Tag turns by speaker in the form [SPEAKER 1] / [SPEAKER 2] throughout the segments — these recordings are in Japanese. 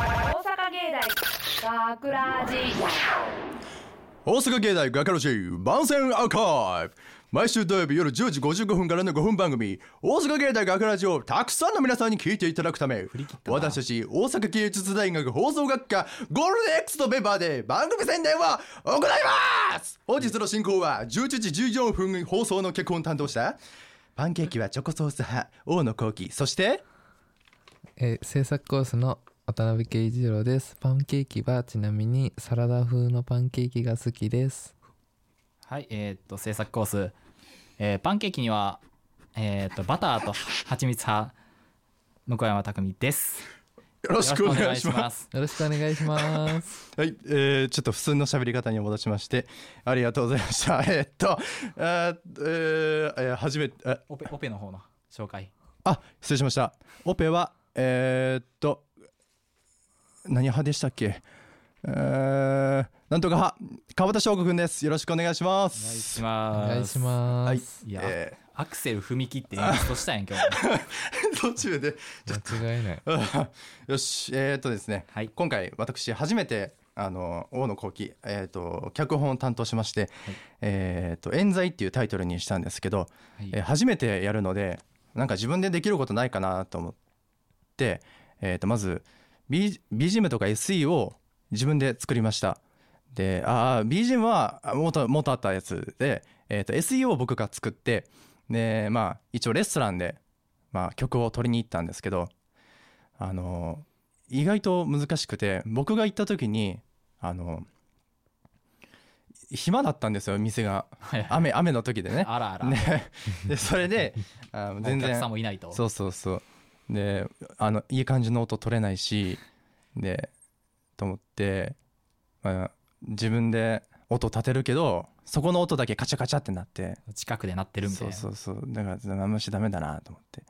[SPEAKER 1] 阪芸大学ラジ
[SPEAKER 2] 大阪芸大学ラジ番宣アーカイブ毎週土曜日夜10時55分からの5分番組「大阪芸大学ラジオ」をたくさんの皆さんに聞いていただくため私たち大阪芸術大学放送学科ゴールデン X のメンバーで番組宣伝を行います本日の進行は11時14分放送の脚本を担当したパンケーキはチョコソース派大野幸喜そして
[SPEAKER 3] えー制作コースの渡辺圭一郎ですパンケーキはちなみにサラダ風のパンケーキが好きです
[SPEAKER 4] はい、えーっと制作コース、えーパンケーキには、えーっとバターと蜂蜜派向山匠です。
[SPEAKER 2] よろしくお願いします
[SPEAKER 4] す。
[SPEAKER 3] よろしくお願いします
[SPEAKER 2] はい、えーちょっと普通の喋り方に戻しまして、ありがとうございました。 えーっと、あーえーえー初めて、あ
[SPEAKER 4] オペオペの方の紹介。
[SPEAKER 2] あ、失礼しました。オペは、えーっと、何派でしたっけえー、なんとか派、川端翔吾くんです。よろしくお願いしま
[SPEAKER 4] お願い
[SPEAKER 2] す。
[SPEAKER 4] しま す。
[SPEAKER 3] お願いします、
[SPEAKER 4] いや、
[SPEAKER 2] え
[SPEAKER 4] アクセル踏み切って演出したや ん今日。
[SPEAKER 2] ー 途中で、
[SPEAKER 3] 間違いない
[SPEAKER 2] あ よし、えーっとですね、
[SPEAKER 4] はい
[SPEAKER 2] 今回私初めてあの大野幸喜、えーっと脚本を担当しまして「えーっと冤罪」っていうタイトルにしたんですけど、
[SPEAKER 4] はい
[SPEAKER 2] えー初めてやるのでなんか自分でできることないかなと思って、えーっとまず、B、BGM とか SE を自分で作りました。でああ BGM はあ元元あったやつで、えー、と SE を僕が作ってでまあ一応レストランで、まあ、曲を取りに行ったんですけどあの意外と難しくて僕が行った時にあの暇だったんですよ店が
[SPEAKER 4] はい
[SPEAKER 2] 雨雨の時でね。
[SPEAKER 4] あらあら。
[SPEAKER 2] ねでそれであの全
[SPEAKER 4] お客
[SPEAKER 2] 然
[SPEAKER 4] さんもいないと。
[SPEAKER 2] そうそうそうであのいい感じの音取れないしでと思って、まあ、自分で音立てるけどそこの音だけカチャカチャってなって
[SPEAKER 4] 近くで鳴ってるみたい
[SPEAKER 2] そう
[SPEAKER 4] な。
[SPEAKER 2] そうそうだからあんましダメだなと思って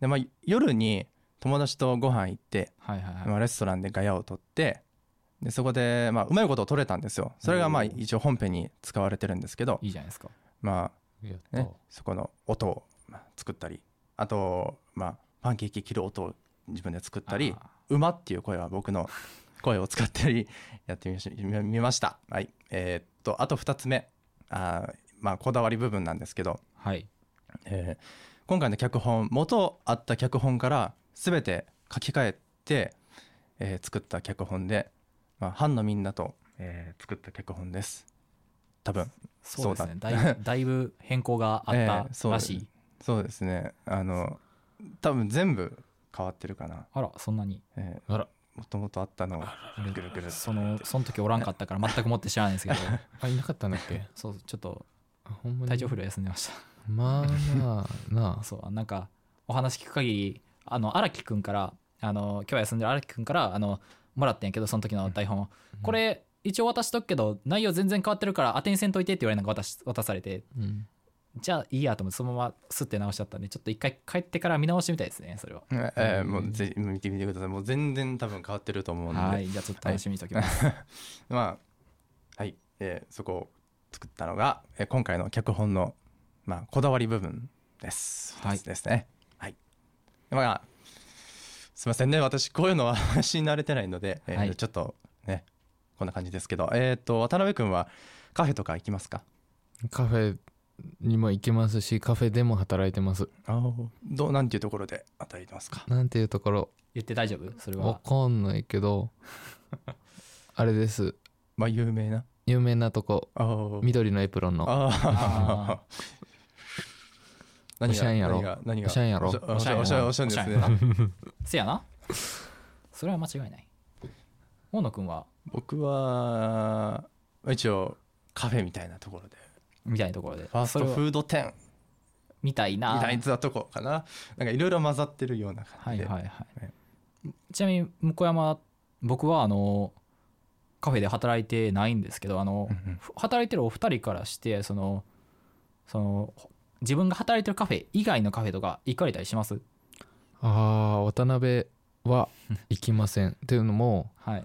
[SPEAKER 2] で、まあ、夜に友達とご飯行って、
[SPEAKER 4] はいはいはい。
[SPEAKER 2] まあ、レストランでガヤを取ってでそこで、まあ、うまいことを取れたんですよそれがまあ
[SPEAKER 4] おー
[SPEAKER 2] 一応本編に使われてるんですけど
[SPEAKER 4] いいじゃないですか。
[SPEAKER 2] まあ
[SPEAKER 3] やっ
[SPEAKER 2] ね、そこの音をまあ作ったりあと、まあ、パンケーキ切る音を自分で作ったり
[SPEAKER 4] あ
[SPEAKER 2] 「馬」っていう声は僕の声を使ったりやってみましみ見ました、はいえーっとあと2つ目あー、まあ、こだわり部分なんですけど、
[SPEAKER 4] はい。
[SPEAKER 2] えー今回の脚本元あった脚本から全て書き換えて、えー作った脚本で、まあ、ファンのみんなと、えー作った脚本です多分
[SPEAKER 4] そうですね。
[SPEAKER 2] そうだ
[SPEAKER 4] だいぶだいぶ変更が あ
[SPEAKER 2] ええ
[SPEAKER 4] った
[SPEAKER 2] そう
[SPEAKER 4] らしい。
[SPEAKER 2] そうですねあの多分全部変わってるかな、
[SPEAKER 4] あらそんなに。
[SPEAKER 2] え
[SPEAKER 3] あら
[SPEAKER 2] ー、もともとあったのをぐるぐる
[SPEAKER 4] そのその時おらんかったから全くもって知らないんですけど
[SPEAKER 3] あいなかったんだっけ
[SPEAKER 4] そうちょっと
[SPEAKER 3] あほんまに
[SPEAKER 4] 体調不良休んでまし
[SPEAKER 3] まあまあな
[SPEAKER 4] たそうなんかお話聞く限りあの荒木くんからあの今日休んでる荒木くんからあのもらってんやけどその時の台本を、これ一応渡しとくけど内容全然変わってるから当てにせんといてって言われなんか渡し渡されて
[SPEAKER 3] あ、うん、
[SPEAKER 4] じゃあいいやと思ってそのままスッて直しちゃったんでちょっと一回帰ってから見直してみたいですねそれは
[SPEAKER 2] えーえーもうぜひ見てみてくださいもう全然多分変わってると思うんで
[SPEAKER 4] はいじゃあちょっと楽しみにしておきます、
[SPEAKER 2] まあはい、えーそこを作ったのが、えー今回の脚本の、まあ、こだわり部分です。
[SPEAKER 4] はい
[SPEAKER 2] 二つですね。はい。まあすみませんね私こういうのは 話に慣れてないので、えー
[SPEAKER 4] はい
[SPEAKER 2] ちょっとねこんな感じですけどえっ、と渡辺君はカフェとか行きますか
[SPEAKER 3] カフェにも行けますしカフェでも働いてます
[SPEAKER 2] あーどうなんていうところで働いてますか
[SPEAKER 3] なんていうところ
[SPEAKER 4] 言って大丈夫それ
[SPEAKER 3] わ
[SPEAKER 4] は
[SPEAKER 3] かんないけ どあれです
[SPEAKER 2] まあ有名な
[SPEAKER 3] 有名なとこ
[SPEAKER 2] あー
[SPEAKER 3] 緑のエプロンの
[SPEAKER 2] あー何が
[SPEAKER 3] おしゃんやろ
[SPEAKER 2] 何が何が
[SPEAKER 3] おしゃんやろ
[SPEAKER 2] おしゃおしゃおしゃおしゃんです
[SPEAKER 4] おしゃん
[SPEAKER 2] ね
[SPEAKER 4] せやな。それは間違いない。大野くんは、
[SPEAKER 2] 僕は一応カフェみたいなところで
[SPEAKER 4] みたいなところで。
[SPEAKER 2] ファースト
[SPEAKER 4] それは
[SPEAKER 2] フード店
[SPEAKER 4] みたいな。
[SPEAKER 2] みたいなとこかななんかいろいろ混ざってるような
[SPEAKER 4] は
[SPEAKER 2] 感
[SPEAKER 4] い
[SPEAKER 2] じで、
[SPEAKER 4] はいはい。ちなみに、向山、僕は、あの、カフェで働いてないんですけど、あの、
[SPEAKER 2] うんうん
[SPEAKER 4] ふ働いてるお二人からして、その、その、ほ自分が働いてるカフェ以外のカフェとか行かれたりします
[SPEAKER 3] あー渡辺は行きませんっていうのも
[SPEAKER 4] はい。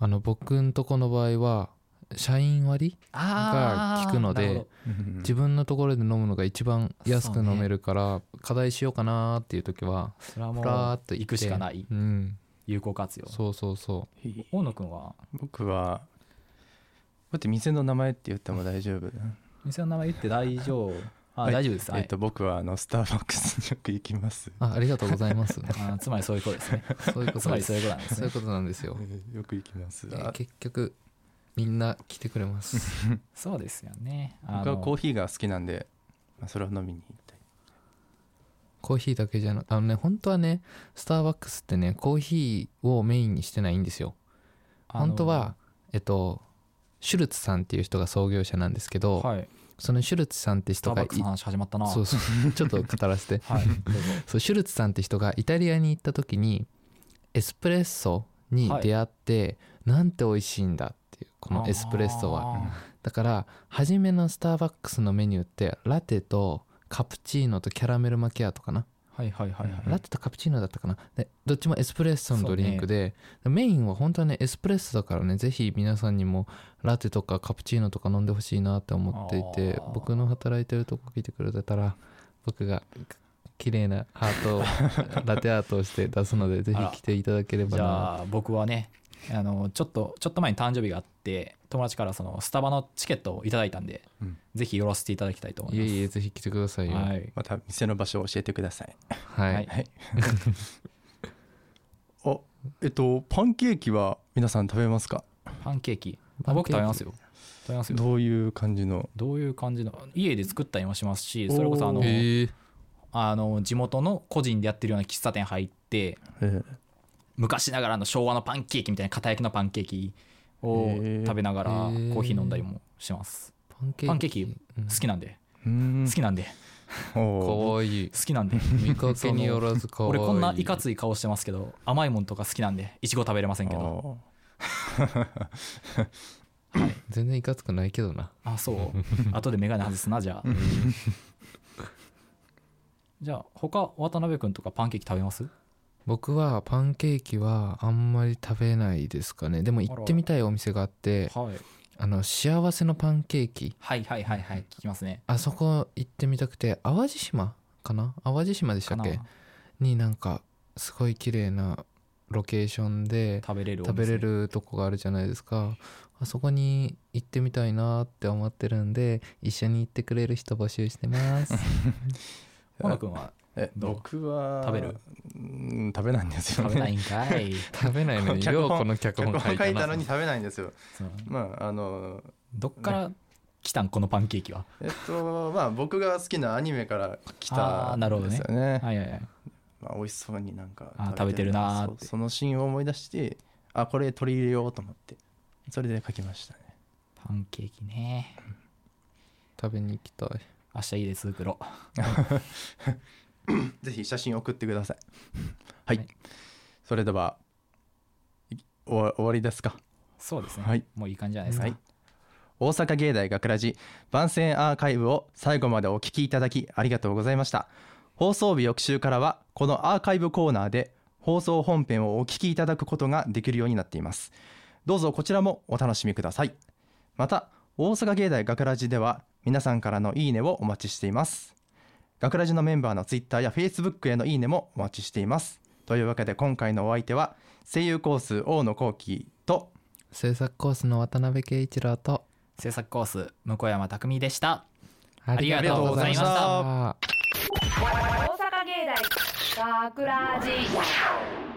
[SPEAKER 3] あの僕んとこの場合は社員割
[SPEAKER 4] あー
[SPEAKER 3] が聞くので
[SPEAKER 4] なるほど
[SPEAKER 3] 自分のところで飲むのが一番安く飲めるから課題しようかなーっていう時は
[SPEAKER 4] それはも
[SPEAKER 3] ふらー
[SPEAKER 4] う
[SPEAKER 3] っと行って
[SPEAKER 4] 行くしかない。
[SPEAKER 3] うん
[SPEAKER 4] 有効活用
[SPEAKER 3] そうそうそ
[SPEAKER 4] 大野くんは
[SPEAKER 2] 僕はだって店の名前って言っても大丈夫
[SPEAKER 4] 店の名前言って大 丈夫あ、
[SPEAKER 2] はい
[SPEAKER 4] 大丈夫です、はい
[SPEAKER 2] えっと僕はあのスターバックスによく行きます
[SPEAKER 3] うあありがとうございます
[SPEAKER 4] あつまりそういうことで すね
[SPEAKER 3] そういうこ
[SPEAKER 4] つ
[SPEAKER 3] と
[SPEAKER 4] まり
[SPEAKER 3] です
[SPEAKER 4] そういうことなんです
[SPEAKER 3] そういうことなんですよ、
[SPEAKER 2] よく行きます
[SPEAKER 3] えー
[SPEAKER 2] あ
[SPEAKER 3] 結局みんな来てくれます
[SPEAKER 4] そうですよねあ
[SPEAKER 2] 僕は
[SPEAKER 4] の
[SPEAKER 2] コーヒーが好きなんでまあそれを飲みに行ったり
[SPEAKER 3] コーヒーだけじゃなくあのね本当はねスターバックスってねコーヒーをメインにしてないんですよ
[SPEAKER 4] あの
[SPEAKER 3] 本当はえっとシュルツさんっていう人が創業者なんですけど、
[SPEAKER 4] はい
[SPEAKER 3] そのシュルツさんって
[SPEAKER 4] スタ
[SPEAKER 3] 人
[SPEAKER 4] ー
[SPEAKER 3] が
[SPEAKER 4] バ
[SPEAKER 3] い
[SPEAKER 4] ックスの話始まったな
[SPEAKER 3] そうそう ちょっと語らせて
[SPEAKER 4] はいどうぞ
[SPEAKER 3] そうシュルツさんって人がイタリアに行った時にエスプレッソに出会って、なんて美味しいんだっていうこのエスプレッソは
[SPEAKER 4] あ
[SPEAKER 3] だから初めのスターバックスのメニューってラテとカプチーノとキャラメルマキアートかな、
[SPEAKER 4] ーはいはいはいはい
[SPEAKER 3] ラテとカプチーノだったかなでどっちもエスプレッソのドリンクで、メインは本当はねエスプレッソだからねぜひ皆さんにもラテとかカプチーノとか飲んでほしいなって思っていて
[SPEAKER 4] あー
[SPEAKER 3] 僕の働いてるとこ来てくれたら僕が綺麗なハートを ラテアートをして出すのでぜ
[SPEAKER 4] あら
[SPEAKER 3] ひ来ていただければ
[SPEAKER 4] じ
[SPEAKER 3] な
[SPEAKER 4] ゃあ僕はねあのちょっとちょっと前に誕生日があって友達からそのスタバのチケットをいただいたんで、
[SPEAKER 2] うん
[SPEAKER 4] ぜひ寄らせていただきたいと思い
[SPEAKER 3] いえ
[SPEAKER 4] ます
[SPEAKER 3] いえぜひ来てくださいよは、
[SPEAKER 4] はいい、
[SPEAKER 2] また店の場所を教えてください
[SPEAKER 4] はい
[SPEAKER 2] はいあえっとパンケーキは皆さん食べますか
[SPEAKER 4] パンケーキ
[SPEAKER 3] パンケーキ
[SPEAKER 4] あ僕食べますよ食べますよ
[SPEAKER 2] どういう感じの
[SPEAKER 4] どういう感じの家で作ったりもしますしそれこそあの
[SPEAKER 2] おー
[SPEAKER 3] えー
[SPEAKER 4] あの地元の個人でやってるような喫茶店入って
[SPEAKER 2] え
[SPEAKER 4] 昔ながらの昭和のパンケーキみたいな片焼きのパンケーキ
[SPEAKER 2] へ
[SPEAKER 4] を
[SPEAKER 2] ー
[SPEAKER 4] 食べながら
[SPEAKER 3] へ
[SPEAKER 4] コ
[SPEAKER 3] ー
[SPEAKER 4] ーヒー飲んだりもします
[SPEAKER 3] パンケーキ
[SPEAKER 4] パンケーキ
[SPEAKER 3] うん
[SPEAKER 4] 好きなんで
[SPEAKER 2] えうん
[SPEAKER 4] 好きなんで
[SPEAKER 3] か
[SPEAKER 2] おー
[SPEAKER 3] わ いい
[SPEAKER 4] 好きなんで
[SPEAKER 3] 見 かけによらずかわい
[SPEAKER 4] 俺
[SPEAKER 3] い
[SPEAKER 4] こんないかつい顔してますけど甘いもんとか好きなんでいちご食べれませんけど
[SPEAKER 2] おー
[SPEAKER 3] 全然いかつくないけどな
[SPEAKER 4] あそう 後で眼鏡外すなじゃあ じゃあ他渡辺君とかパンケーキ食べます
[SPEAKER 3] 僕はパンケーキはあんまり食べないですかねでも行ってみたいお店があって
[SPEAKER 4] はい
[SPEAKER 3] あの幸せのパンケーキ
[SPEAKER 4] はいはいはいはい聞きますね
[SPEAKER 3] あそこ行ってみたくて淡路島かな淡路島でした
[SPEAKER 4] か
[SPEAKER 3] っ
[SPEAKER 4] な
[SPEAKER 3] けになんかすごい綺麗なロケーションで
[SPEAKER 4] 食べれるお
[SPEAKER 3] 食
[SPEAKER 4] 店
[SPEAKER 3] べれるとこがあるじゃないですかあそこに行ってみたいなって思ってるんで一緒に行ってくれる人募集してます
[SPEAKER 4] ほの君は
[SPEAKER 2] え
[SPEAKER 4] どう
[SPEAKER 2] 僕は
[SPEAKER 4] 食べる
[SPEAKER 2] うん食べないんですよね
[SPEAKER 4] 食 べないんか い
[SPEAKER 3] 食べないのに
[SPEAKER 2] 脚本
[SPEAKER 3] ようこの脚本書いたな
[SPEAKER 2] 食べないんですよ
[SPEAKER 4] そう
[SPEAKER 2] まああの
[SPEAKER 4] どっから来たんこのパンケーキ は
[SPEAKER 2] えっとまあ僕が好きなアニメから来
[SPEAKER 4] あ
[SPEAKER 2] た
[SPEAKER 4] ー
[SPEAKER 2] ん
[SPEAKER 4] なるほど
[SPEAKER 2] で
[SPEAKER 4] ね
[SPEAKER 2] すよね
[SPEAKER 4] はいはいはい
[SPEAKER 2] まあ、美味しそうになんか
[SPEAKER 4] あー食べてるなーって
[SPEAKER 2] そうそのシーンを思い出してあこれ取り入れようと思ってそれで書きましたね
[SPEAKER 4] パンケーキね
[SPEAKER 3] 食べに行きたい
[SPEAKER 4] 明日いいです黒
[SPEAKER 2] ぜひ写真送ってくださいはい、
[SPEAKER 4] はい
[SPEAKER 2] それではい終わ終わりですか
[SPEAKER 4] そうですね、
[SPEAKER 2] はい
[SPEAKER 4] もういい感じじゃないですか、
[SPEAKER 2] はい大阪芸大学ラジ番宣アーカイブを最後までお聞きいただきありがとうございました放送日翌週からはこのアーカイブコーナーで放送本編をお聞きいただくことができるようになっていますどうぞこちらもお楽しみくださいまた大阪芸大学ラジでは皆さんからのいいねをお待ちしています学ラジのメンバーのツイッターやフェイスブックへのいいねもお待ちしていますというわけで今回のお相手は声優コース大野幸喜と
[SPEAKER 3] 制作コースの渡辺圭一郎と
[SPEAKER 4] 制作コース向山匠でした
[SPEAKER 3] あ
[SPEAKER 4] りがとうございました
[SPEAKER 3] りがとうござい
[SPEAKER 1] 大
[SPEAKER 3] ました
[SPEAKER 1] 阪芸大学ラジ